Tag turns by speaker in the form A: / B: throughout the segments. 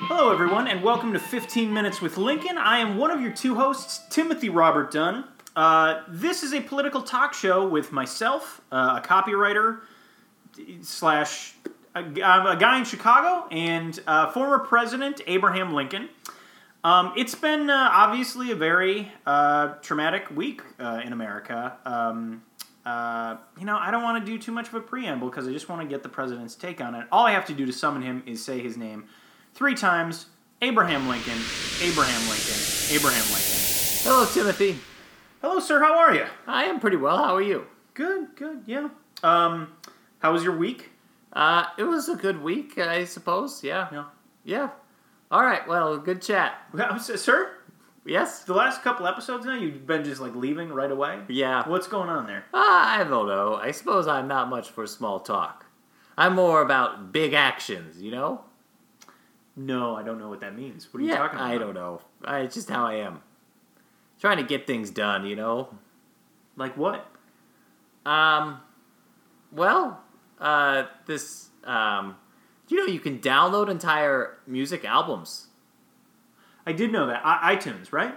A: Hello, everyone, and welcome to 15 Minutes with Lincoln. I am one of your two hosts, Timothy Robert Dunn. Uh, this is a political talk show with myself, uh, a copywriter, slash, a, g- I'm a guy in Chicago, and uh, former President Abraham Lincoln. Um, it's been uh, obviously a very uh, traumatic week uh, in America. Um, uh, you know, I don't want to do too much of a preamble because I just want to get the president's take on it. All I have to do to summon him is say his name three times Abraham Lincoln, Abraham Lincoln, Abraham Lincoln.
B: Hello, Timothy.
A: Hello, sir. How are you?
B: I am pretty well. How are you?
A: Good, good, yeah. Um, how was your week?
B: Uh, it was a good week, I suppose. Yeah.
A: No.
B: Yeah. All right. Well, good chat.
A: Well, s- Sir,
B: Yes.
A: the last couple episodes now, you've been just like leaving right away?
B: Yeah.
A: What's going on there?
B: Ah, I don't know. I suppose I'm not much for small talk. I'm more about big actions. You know?
A: No, I don't know what that means. What are you
B: yeah.
A: talking about?
B: I don't know. I, it's just how I am. Trying to get things done. You know.
A: Like what?
B: Um. Well. Uh. This. Um. You know, you can download entire music albums.
A: I did know that. I- iTunes, right?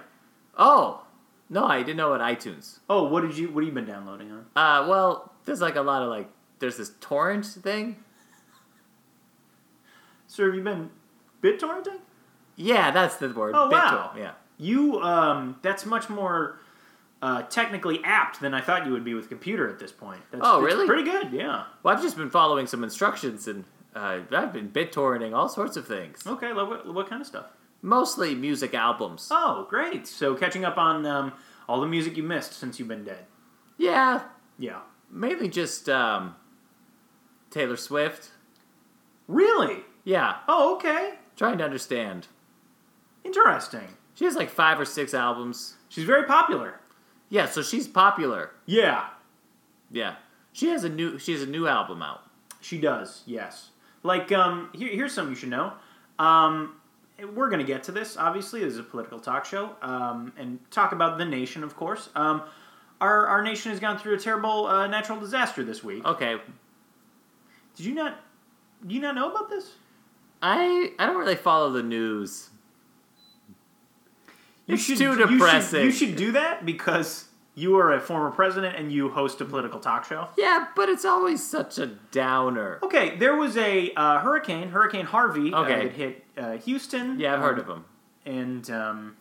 B: Oh. No, I didn't know about iTunes.
A: Oh, what did you? What have you been downloading on?
B: Uh, well, there's like a lot of like, there's this torrent thing.
A: Sir, have you been BitTorrenting?
B: Yeah, that's the word.
A: Oh,
B: BitTorrent,
A: wow.
B: Yeah.
A: You, um, that's much more uh, technically apt than I thought you would be with computer at this point. That's,
B: Oh,
A: that's
B: really?
A: Pretty good, yeah.
B: Well, I've just been following some instructions and uh, I've been BitTorrenting all sorts of things.
A: Okay, lo- what, what kind of stuff?
B: Mostly music albums.
A: Oh, great. So catching up on um, all the music you missed since you've been dead.
B: Yeah,
A: Yeah.
B: mainly just um, Taylor Swift.
A: Really?
B: Yeah,
A: Oh, okay.
B: trying to understand.
A: Interesting.
B: She has like five or six albums.
A: She's very popular.
B: Yeah, so she's popular.
A: Yeah,
B: Yeah, she has a new she has a new album out.
A: she does. Yes. Like, um, here, here's something you should know. Um, we're gonna get to this. Obviously, this is a political talk show, um, and talk about the nation, of course. Um, our our nation has gone through a terrible uh, natural disaster this week.
B: Okay,
A: Did you not? Do you not know about this?
B: I I don't really follow the news.
A: You
B: It's too
A: you
B: depressing.
A: You should, do that because you are a former president and you host a political talk show.
B: Yeah, but it's always such a downer.
A: Okay, there was a uh, hurricane, Hurricane Harvey, uh,
B: Okay.
A: that hit uh, Houston.
B: Yeah, I've
A: um,
B: heard of him.
A: And um,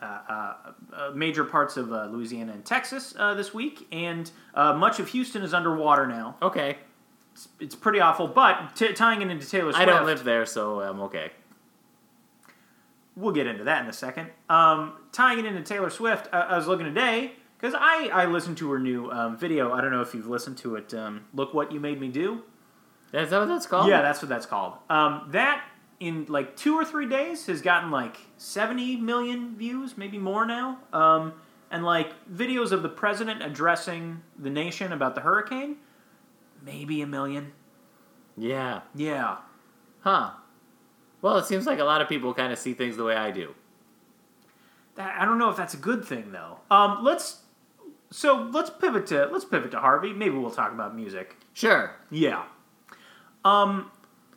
A: uh, uh, uh, major parts of uh, Louisiana and Texas uh, this week, and uh, much of Houston is underwater now.
B: Okay,
A: It's, it's pretty awful. But t- tying it into Taylor Swift,
B: I don't live there, so I'm okay.
A: we'll get into that in a second. Um, tying it into Taylor Swift, uh, I, I was looking today because I, I listened to her new um, video. I don't know if you've listened to it. Um, Look what you made me do.
B: Is that what that's called?
A: Yeah, that's what that's called. Um, that in like two or three days has gotten like 70 million views, maybe more now. Um, and like videos of the president addressing the nation about the hurricane, maybe a million.
B: Yeah.
A: Yeah.
B: Huh. Well, it seems like a lot of people kind of see things the way I do.
A: That, I don't know if that's a good thing though. Um, let's so let's pivot to let's pivot to Harvey. Maybe we'll talk about music.
B: Sure.
A: Yeah. Um,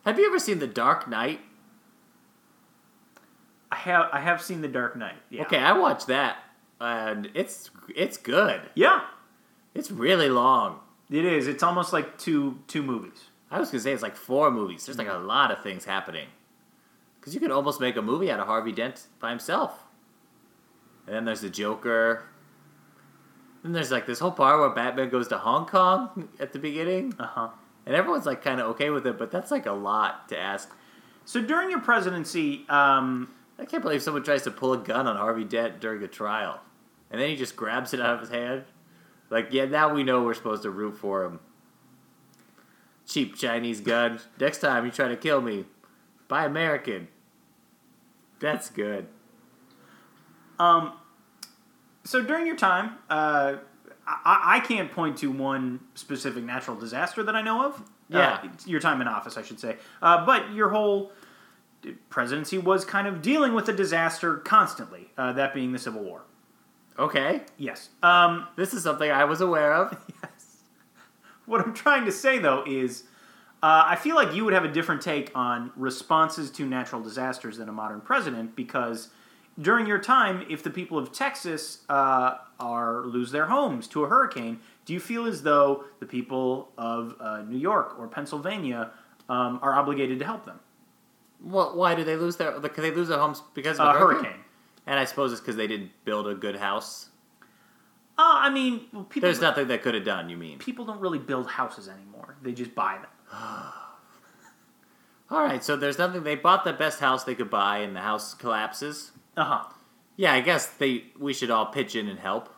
B: Have you ever seen The Dark Knight?
A: I have I have seen The Dark Knight. Yeah.
B: Okay, I watched that, and it's it's good.
A: Yeah.
B: It's really long.
A: It is. It's almost like two two movies.
B: I was gonna say it's like four movies. There's like a lot of things happening. Cause you could almost make a movie out of Harvey Dent by himself. And then there's the Joker. Then there's like this whole part where Batman goes to Hong Kong at the beginning,
A: Uh huh.
B: and everyone's like kind of okay with it, but that's like a lot to ask.
A: So during your presidency, um,
B: I can't believe someone tries to pull a gun on Harvey Dent during a trial, and then he just grabs it out of his hand. Like, yeah, now we know we're supposed to root for him. Cheap Chinese gun. Next time you try to kill me, buy American. That's good.
A: um, so during your time, uh, I, I can't point to one specific natural disaster that I know of.
B: Yeah.
A: Uh, your time in office, I should say. Uh, but your whole presidency was kind of dealing with a disaster constantly, uh, that being the Civil War.
B: Okay,
A: Yes. Um,
B: this is something I was aware of.
A: what I'm trying to say, though, is Uh, I feel like you would have a different take on responses to natural disasters than a modern president because during your time, if the people of Texas uh, are lose their homes to a hurricane, do you feel as though the people of uh, New York or Pennsylvania um, are obligated to help them?
B: Well, why do they lose their? Could they lose their homes because of
A: A
B: a hurricane?
A: hurricane.
B: And I suppose it's because they didn't build a good house.
A: Uh, I mean, well, people
B: There's nothing they could have done. You mean?
A: people don't really build houses anymore; they just buy them.
B: All right, so there's nothing. They bought the best house they could buy, and the house collapses.
A: Uh huh.
B: Yeah, I guess they. We should all pitch in and help.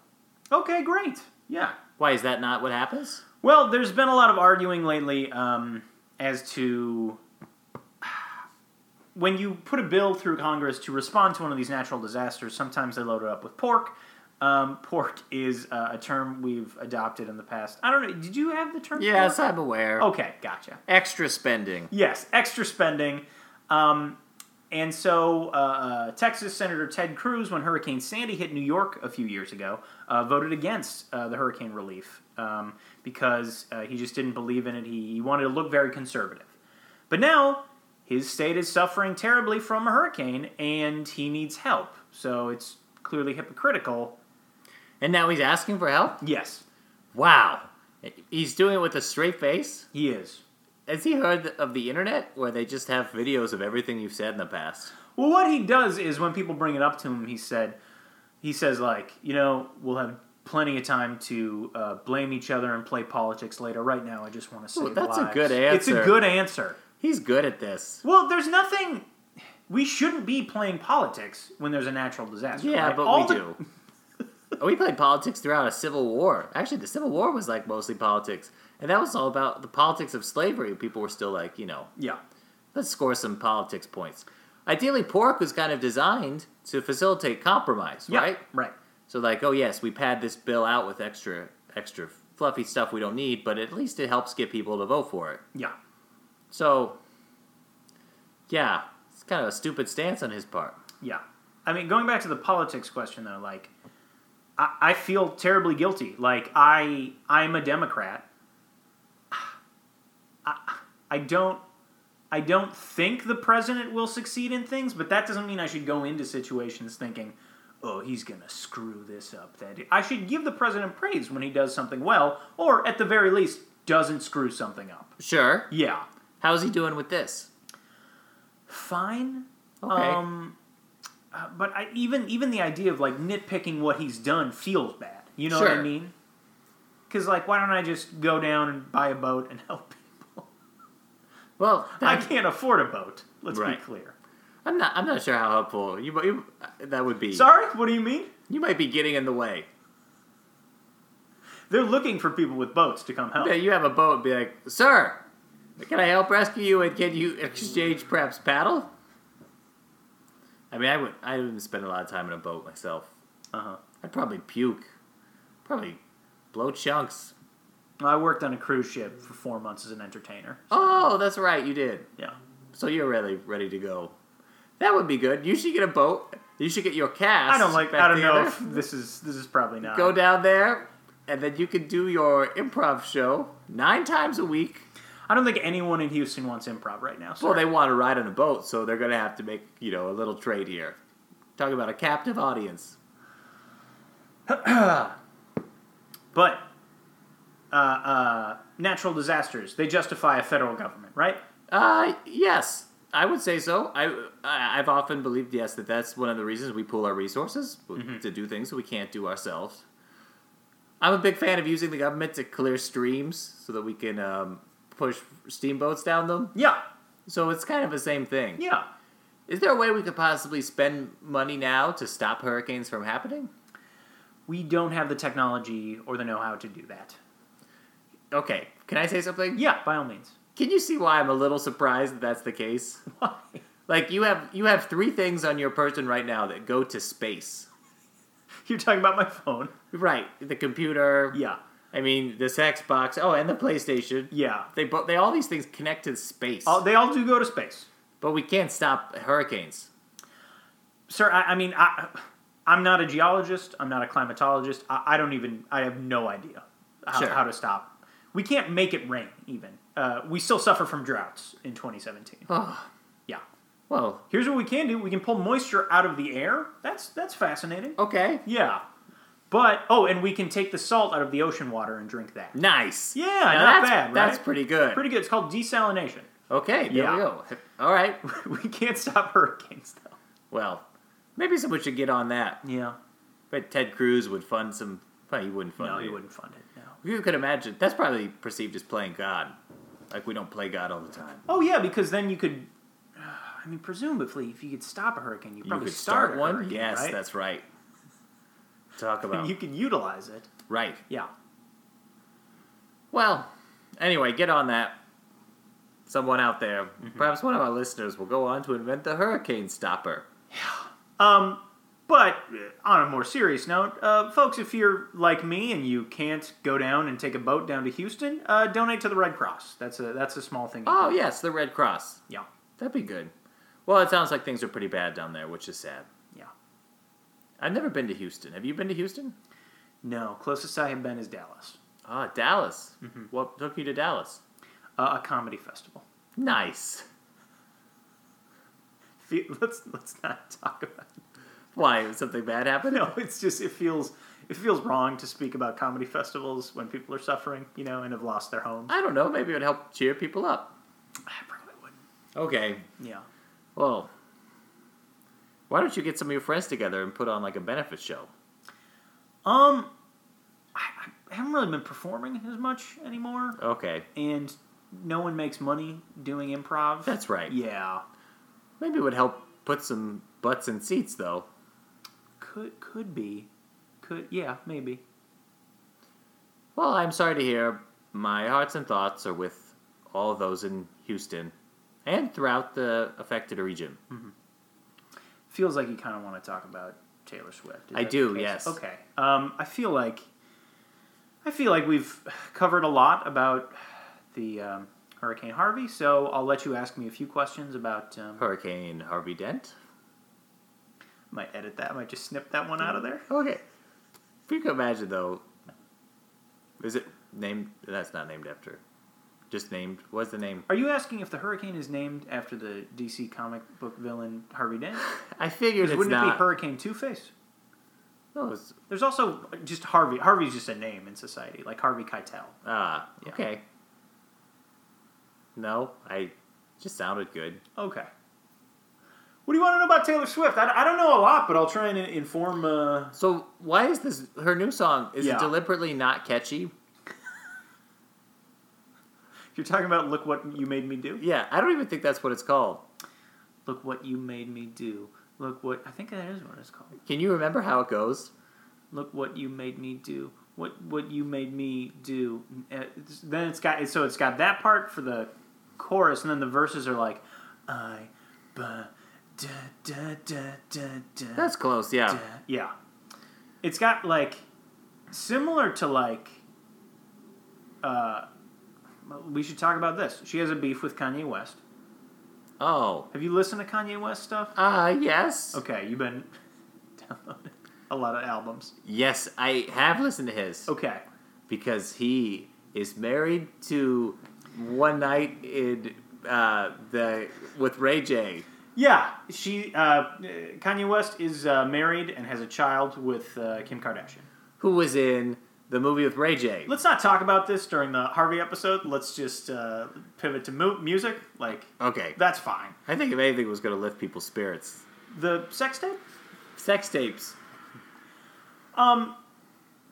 A: Okay, great. Yeah.
B: Why is that not what happens?
A: Well, there's been a lot of arguing lately um, as to when you put a bill through Congress to respond to one of these natural disasters. Sometimes they load it up with pork. Um, pork is uh, a term we've adopted in the past. I don't know. Did you have the term?
B: Yes,
A: pork?
B: I'm aware.
A: Okay, gotcha.
B: Oh. Extra spending.
A: Yes, extra spending. Um, and so, uh, Texas Senator Ted Cruz, when Hurricane Sandy hit New York a few years ago, uh, voted against uh, the hurricane relief um, because uh, he just didn't believe in it. He, he wanted to look very conservative. But now, his state is suffering terribly from a hurricane and he needs help. So, it's clearly hypocritical.
B: And now he's asking for help?
A: Yes,
B: Wow. He's doing it with a straight face?
A: he is.
B: Has he heard of the internet where they just have videos of everything you've said in the past?
A: Well, what he does is when people bring it up to him, he said, he says like, you know, we'll have plenty of time to uh, blame each other and play politics later. Right now, I just want to say
B: that's a good
A: It's
B: answer.
A: a good answer.
B: He's good at this.
A: Well, there's nothing. We shouldn't be playing politics when there's a natural disaster.
B: Yeah,
A: right?
B: but
A: All
B: we
A: the-
B: do. we played politics throughout a civil war. Actually, the Civil War was like mostly politics. And that was all about the politics of slavery. People were still like, you know,
A: Yeah,
B: let's score some politics points. Ideally, pork was kind of designed to facilitate compromise,
A: yeah,
B: right?
A: right.
B: So like, oh yes, we pad this bill out with extra extra fluffy stuff we don't need, but at least it helps get people to vote for it.
A: Yeah.
B: So yeah, it's kind of a stupid stance on his part.
A: Yeah. I mean, going back to the politics question, though, like, I, I feel terribly guilty. Like, I, I'm a Democrat. I, I don't, I don't think the president will succeed in things, but that doesn't mean I should go into situations thinking, oh, he's gonna screw this up. That I should give the president praise when he does something well, or at the very least, doesn't screw something up.
B: Sure.
A: Yeah.
B: How's he doing with this?
A: Fine.
B: Okay.
A: Um, uh, but I, even even the idea of like nitpicking what he's done feels bad. You know what I
B: Sure.
A: mean? Because like, why don't I just go down and buy a boat and help people?
B: well,
A: I
B: that-
A: can't afford a boat. Let's
B: Right.
A: be clear.
B: I'm not. I'm not sure how helpful you. you that would be.
A: Sorry, what do you mean?
B: You might be getting in the way.
A: They're looking for people with boats to come help.
B: Yeah, you have a boat. Be like, sir, can I help rescue you? And can you exchange perhaps paddle? I mean, I would. I wouldn't spend a lot of time in a boat myself.
A: Uh-huh.
B: I'd probably puke. Probably blow chunks.
A: I worked on a cruise ship for four months as an entertainer.
B: Oh, that's right, you did.
A: Yeah.
B: So you're really ready to go. That would be good. You should get a boat. You should get your cast.
A: I don't like.
B: back
A: I don't know
B: together.
A: if this is this is probably not.
B: Go down there, and then you can do your improv show nine times a week.
A: I don't think anyone in Houston wants improv right now.
B: Well,
A: So
B: they want to ride on a boat, so they're going to have to make, you know, a little trade here. Talking about a captive audience.
A: But uh, uh, natural disasters, they justify a federal government, right?
B: Uh, yes, I would say so. I, I, I've often believed, yes, that that's one of the reasons we pool our resources to do things that we can't do ourselves. I'm a big fan of using the government to clear streams so that we can um, push steamboats down them.
A: Yeah,
B: So it's kind of the same thing.
A: yeah.
B: Is there a way we could possibly spend money now to stop hurricanes from happening?
A: We don't have the technology or the know how to do that.
B: Okay, can I say something?
A: Yeah, by all means.
B: Can you see why I'm a little surprised that that's the case?
A: Why?
B: Like you have you have three things on your person right now that go to space.
A: You're talking about my phone.
B: Right, the computer.
A: Yeah,
B: I mean this Xbox. Oh, and the PlayStation.
A: yeah.
B: They both they all these things connect to space.
A: All, they all do go to space.
B: but we can't stop hurricanes.
A: Sir, I, I mean, I, I'm not a geologist, I'm not a climatologist. I, I don't even, I have no idea how,
B: Sure.
A: how to stop. We can't make it rain, even. uh, we still suffer from droughts in 2017.
B: Oh,
A: Yeah.
B: well,
A: Here's what we can do: we can pull moisture out of the air. That's that's fascinating.
B: okay.
A: Yeah. But oh, and we can take the salt out of the ocean water and drink that.
B: Nice.
A: Yeah, not
B: Now that's,
A: bad, right?
B: That's pretty good.
A: Pretty good. It's called desalination.
B: okay, there
A: Yeah.
B: we go. All right.
A: we can't stop hurricanes though.
B: Well, maybe someone should get on that.
A: Yeah.
B: But Ted Cruz would fund some. Well, he wouldn't fund
A: No,
B: it.
A: you wouldn't fund it. No.
B: You could imagine. That's probably perceived as playing God. Like, we don't play God all the time.
A: Oh yeah, because then you could. I mean, presumably, if you could stop a hurricane, you
B: You
A: probably
B: could
A: start,
B: start,
A: a
B: one?
A: hurricane,
B: Yes,
A: right?
B: that's right. Talk about.
A: You could utilize it.
B: right.
A: Yeah.
B: Well, anyway, get on that. Someone out there,
A: Mm-hmm.
B: perhaps one of our listeners, will go on to invent the hurricane stopper.
A: Um, but uh, on a more serious note, uh, folks, if you're like me and you can't go down and take a boat down to Houston, uh, donate to the Red Cross. That's a that's a small thing. you
B: Oh,
A: can do.
B: yes, the Red Cross.
A: yeah,
B: That'd be good. Well, it sounds like things are pretty bad down there, which is sad.
A: yeah.
B: I've never been to Houston. Have you been to Houston?
A: No, closest I have been is Dallas,
B: Ah, Dallas.
A: Mm-hmm.
B: What took you to Dallas?
A: uh, a comedy festival.
B: Nice.
A: Fe- Let's let's not talk about. It.
B: Why? Something bad happened?
A: No, it's just it feels it feels wrong to speak about comedy festivals when people are suffering, you know, and have lost their homes.
B: I don't know. Maybe it would help cheer people up.
A: I probably wouldn't.
B: Okay.
A: Yeah.
B: Well, why don't you get some of your friends together and put on like a benefit show?
A: Um, I, I haven't really been performing as much anymore.
B: Okay.
A: and no one makes money doing improv.
B: That's right.
A: Yeah.
B: Maybe it would help put some butts in seats, though.
A: Could could be. Could yeah, maybe.
B: Well, I'm sorry to hear. My hearts and thoughts are with all those in Houston and throughout the affected region.
A: Feels like you kind of want to talk about Taylor Swift. Is
B: I
A: that
B: do,
A: the case?
B: yes.
A: Okay. Um I feel like I feel like we've covered a lot about the um, Hurricane Harvey, so I'll let you ask me a few questions about um,
B: Hurricane Harvey Dent.
A: might edit that, might just snip that one out of there.
B: Okay. If you can imagine, though, is it named? That's not named after. Just named. What's the name?
A: Are you asking if the hurricane is named after the DC comic book villain Harvey Dent?
B: I figured it's
A: Wouldn't it be
B: not.
A: Hurricane Two Face?
B: no, it's,
A: There's also just Harvey. Harvey's just a name in society, like Harvey Keitel.
B: ah, okay. No, I just sounded good.
A: Okay. What do you want to know about Taylor Swift? I, I don't know a lot, but I'll try and inform. Uh...
B: So why is this her new song? Is
A: Yeah.
B: it deliberately not catchy?
A: You're talking about "Look What You Made Me Do."
B: Yeah, I don't even think that's what it's called.
A: Look what you made me do. Look what I think that is what it's called.
B: Can you remember how it goes?
A: Look what you made me do. What what you made me do. Uh, it's- Then it's got so it's got that part for the chorus, and then the verses are like, I, ba, da da da da da.
B: That's close. Yeah.
A: Yeah. It's got like similar to like uh we should talk about this. She has a beef with Kanye West.
B: Oh.
A: Have you listened to Kanye West stuff?
B: Ah, yes.
A: Okay, you've been downloading a lot of albums.
B: Yes, I have listened to his
A: Okay.
B: because he is married to one night in uh, the with Ray J.
A: Yeah, she uh Kanye West is uh, married and has a child with uh, Kim Kardashian.
B: who was in the movie with Ray J.
A: Let's not talk about this during the Harvey episode. Let's just uh, pivot to mu- music. Like
B: Okay.
A: that's fine.
B: I think if anything was going to lift people's spirits,
A: The sex tape
B: sex tapes.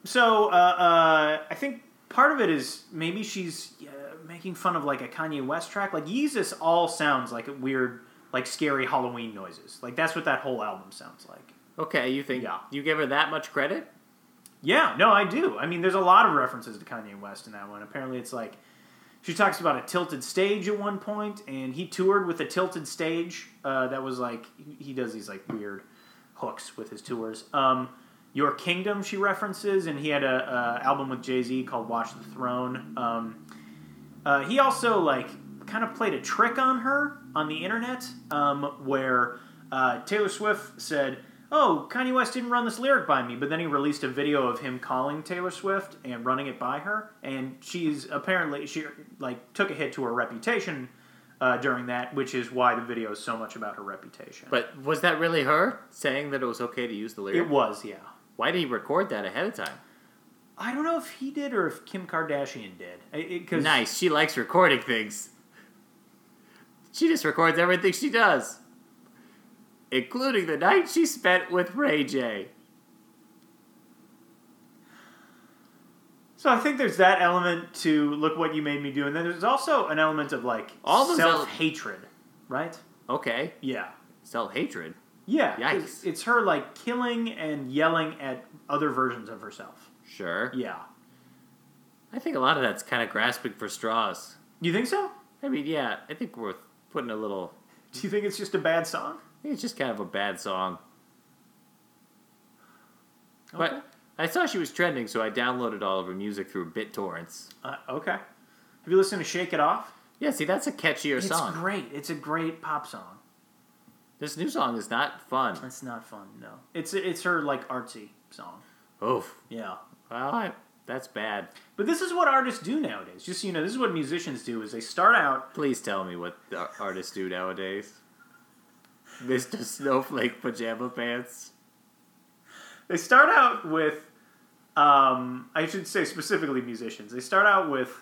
A: So uh, uh, I think part of it is maybe she's uh, making fun of like a Kanye West track. Like Yeezus all sounds like a weird, like scary Halloween noises. Like that's what that whole album sounds like.
B: Okay, you think
A: Yeah.
B: you give her that much credit?
A: Yeah, no, I do. I mean, there's a lot of references to Kanye West in that one. Apparently, it's like she talks about a tilted stage at one point, and he toured with a tilted stage uh, that was like he- he does these like weird hooks with his tours. Um, Your Kingdom, she references, and he had a, a album with Jay Z called Watch the Throne. Um, uh, he also like kind of played a trick on her on the internet um, where uh, Taylor Swift said. oh, Kanye West didn't run this lyric by me, but then he released a video of him calling Taylor Swift and running it by her, and she's apparently she like took a hit to her reputation uh, during that, which is why the video is so much about her reputation.
B: But was that really her saying that it was okay to use the lyric?
A: it was, yeah.
B: Why did he record that ahead of time?
A: I don't know if he did or if Kim Kardashian did. It, it, 'cause-
B: Nice. She likes recording things. She just records everything she does, including the night she spent with Ray J.
A: So I think there's that element to look what you made me do, and then there's also an element of like
B: All those ele-
A: self hatred, right?
B: Okay.
A: Yeah.
B: Self hatred.
A: Yeah. 'cause
B: Yikes.
A: It's her like killing and yelling at other versions of herself.
B: Sure.
A: Yeah.
B: I think a lot of that's kind of grasping for straws.
A: You think so?
B: I mean, yeah, I think we're putting a little.
A: Do you think it's just a bad song?
B: I think It's just kind of a bad song.
A: Okay.
B: But I saw she was trending, so I downloaded all of her music through BitTorrents.
A: Uh, okay. Have you listened to Shake It Off?
B: Yeah, see, that's a catchier
A: It's
B: song.
A: great. It's a great pop song.
B: This new song is not fun.
A: It's not fun. No. It's it's her like artsy song.
B: Oof.
A: Yeah.
B: Well, I, that's bad.
A: But this is what artists do nowadays. Just so you know, this is what musicians do: is they start out
B: Please tell me what the artists do nowadays. Mr. Snowflake Pajama Pants.
A: They start out with, um, I should say specifically musicians. They start out with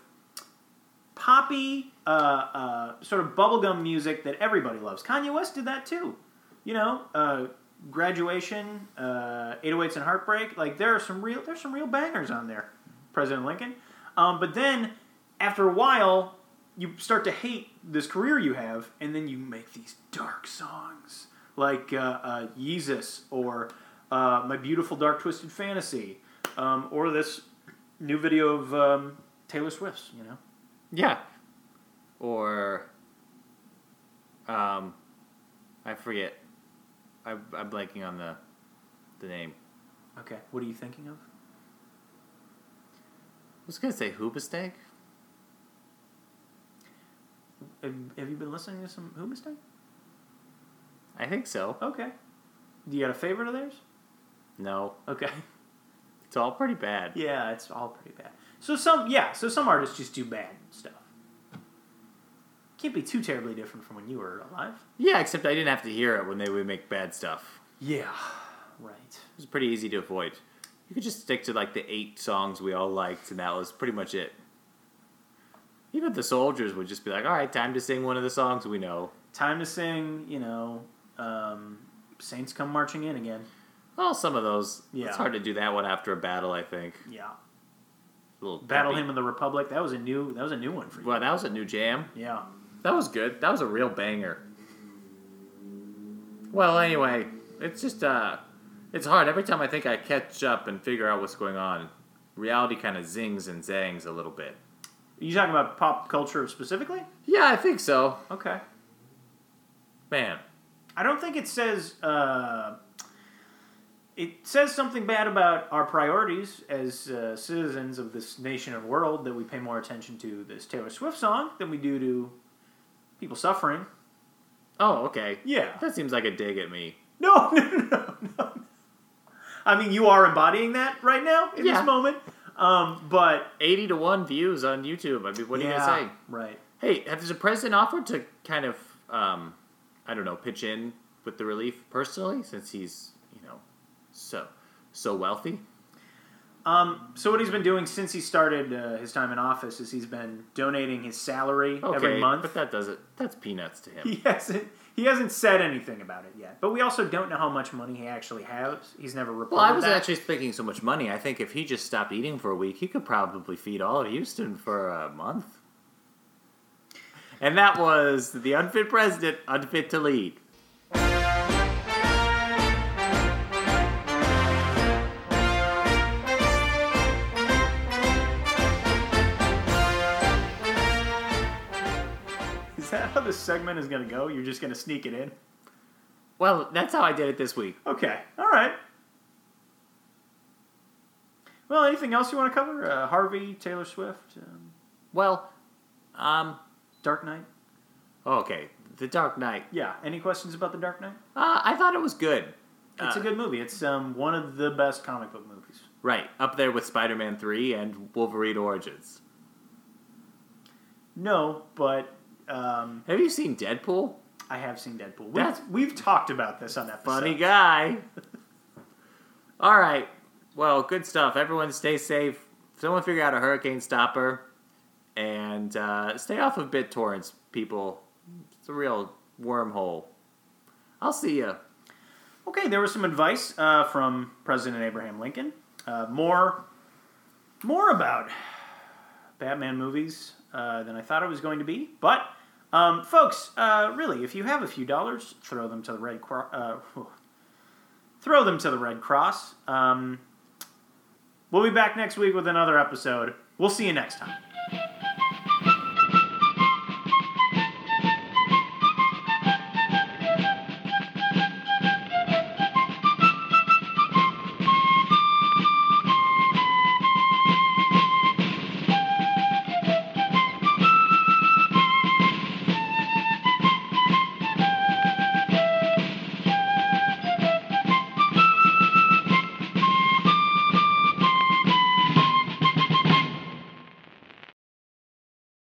A: poppy, uh, uh, sort of bubblegum music that everybody loves. Kanye West did that too. You know, uh, graduation, uh, 808s and heartbreak. Like there are some real, there's some real bangers on there. President Lincoln. Um, but then after a while, you start to hate this career you have, and then you make these dark songs like uh, uh, Yeezus or uh, My Beautiful Dark Twisted Fantasy um, or this new video of um, Taylor Swift's, you know?
B: Yeah. Or, um, I forget. I, I'm blanking on the, the name.
A: Okay, what are you thinking of?
B: I was gonna say Hoobastank.
A: Have, have you been listening to some Who Mistake?
B: I think so.
A: Okay. Do you got a favorite of theirs?
B: No,
A: Okay.
B: it's all pretty bad.
A: Yeah, it's all pretty bad. So some, yeah, so some artists just do bad stuff. Can't be too terribly different from when you were alive.
B: Yeah, except I didn't have to hear it when they would make bad stuff.
A: Yeah, right.
B: It was pretty easy to avoid. You could just stick to like the eight songs we all liked, and that was pretty much it. Even the soldiers would just be like, "All right, time to sing one of the songs we know."
A: Time to sing, you know, um, Saints Come Marching In again.
B: Well, some of those.
A: Yeah.
B: It's hard to do that one after a battle. I think.
A: Yeah.
B: A little
A: Battle
B: peppy.
A: Hymn of the Republic, that was a new that was a new one for you.
B: Well, that was a new jam.
A: Yeah.
B: That was good. That was a real banger. Well, anyway, it's just uh, it's hard every time I think I catch up and figure out what's going on. Reality kind of zings and zangs a little bit.
A: Are you talking about pop culture specifically?
B: Yeah, I think so.
A: Okay.
B: Man,
A: I don't think it says uh, it says something bad about our priorities as uh, citizens of this nation and world that we pay more attention to this Taylor Swift song than we do to people suffering.
B: Oh, okay.
A: Yeah.
B: That seems like a dig at me.
A: No, no, no, no, no. I mean, you are embodying that right now in
B: Yeah.
A: this moment. Um, but
B: 80 to 1 views on YouTube. I mean, what are you
A: Yeah,
B: going to
A: Right.
B: say? Hey, has the president offered to kind of, um, I don't know, pitch in with the relief personally since he's, you know, so so wealthy?
A: Um, so what he's been doing since he started uh, his time in office is he's been donating his salary
B: Okay,
A: every month.
B: But that doesn't, that's peanuts to him.
A: he hasn't he hasn't said anything about it yet. But we also don't know how much money he actually has. He's never reported
B: well, I was
A: that.
B: actually thinking so much money. I think if he just stopped eating for a week, he could probably feed all of Houston for a month. And that was the unfit president, unfit to lead.
A: Is that how this segment is going to go? You're just going to sneak it in?
B: Well, that's how I did it this week.
A: Okay. All right. Well, anything else you want to cover? Uh, Harvey, Taylor Swift, um,
B: Well, um,
A: Dark Knight.
B: okay, The Dark Knight.
A: Yeah. Any questions about the Dark Knight?
B: Uh, I thought it was good.
A: It's a good movie. It's um, one of the best comic book movies.
B: Right, up there with Spider Man 3 and Wolverine Origins.
A: No, but um,
B: Have you seen Deadpool?
A: I have seen Deadpool. We,
B: That's- uh,
A: we've talked about this on that.
B: Funny guy. All right. Well, good stuff. Everyone stay safe. Someone figure out a hurricane stopper and uh, stay off of BitTorrents, people. It's a real wormhole. I'll see you.
A: Okay, there was some advice uh, from President Abraham Lincoln. Uh, more, more about Batman movies uh, than I thought it was going to be. But, um, folks, uh, really, if you have a few dollars, throw them to the Red Cross. Uh, whew. throw them to the Red Cross. Um, we'll be back next week with another episode. We'll see you next time.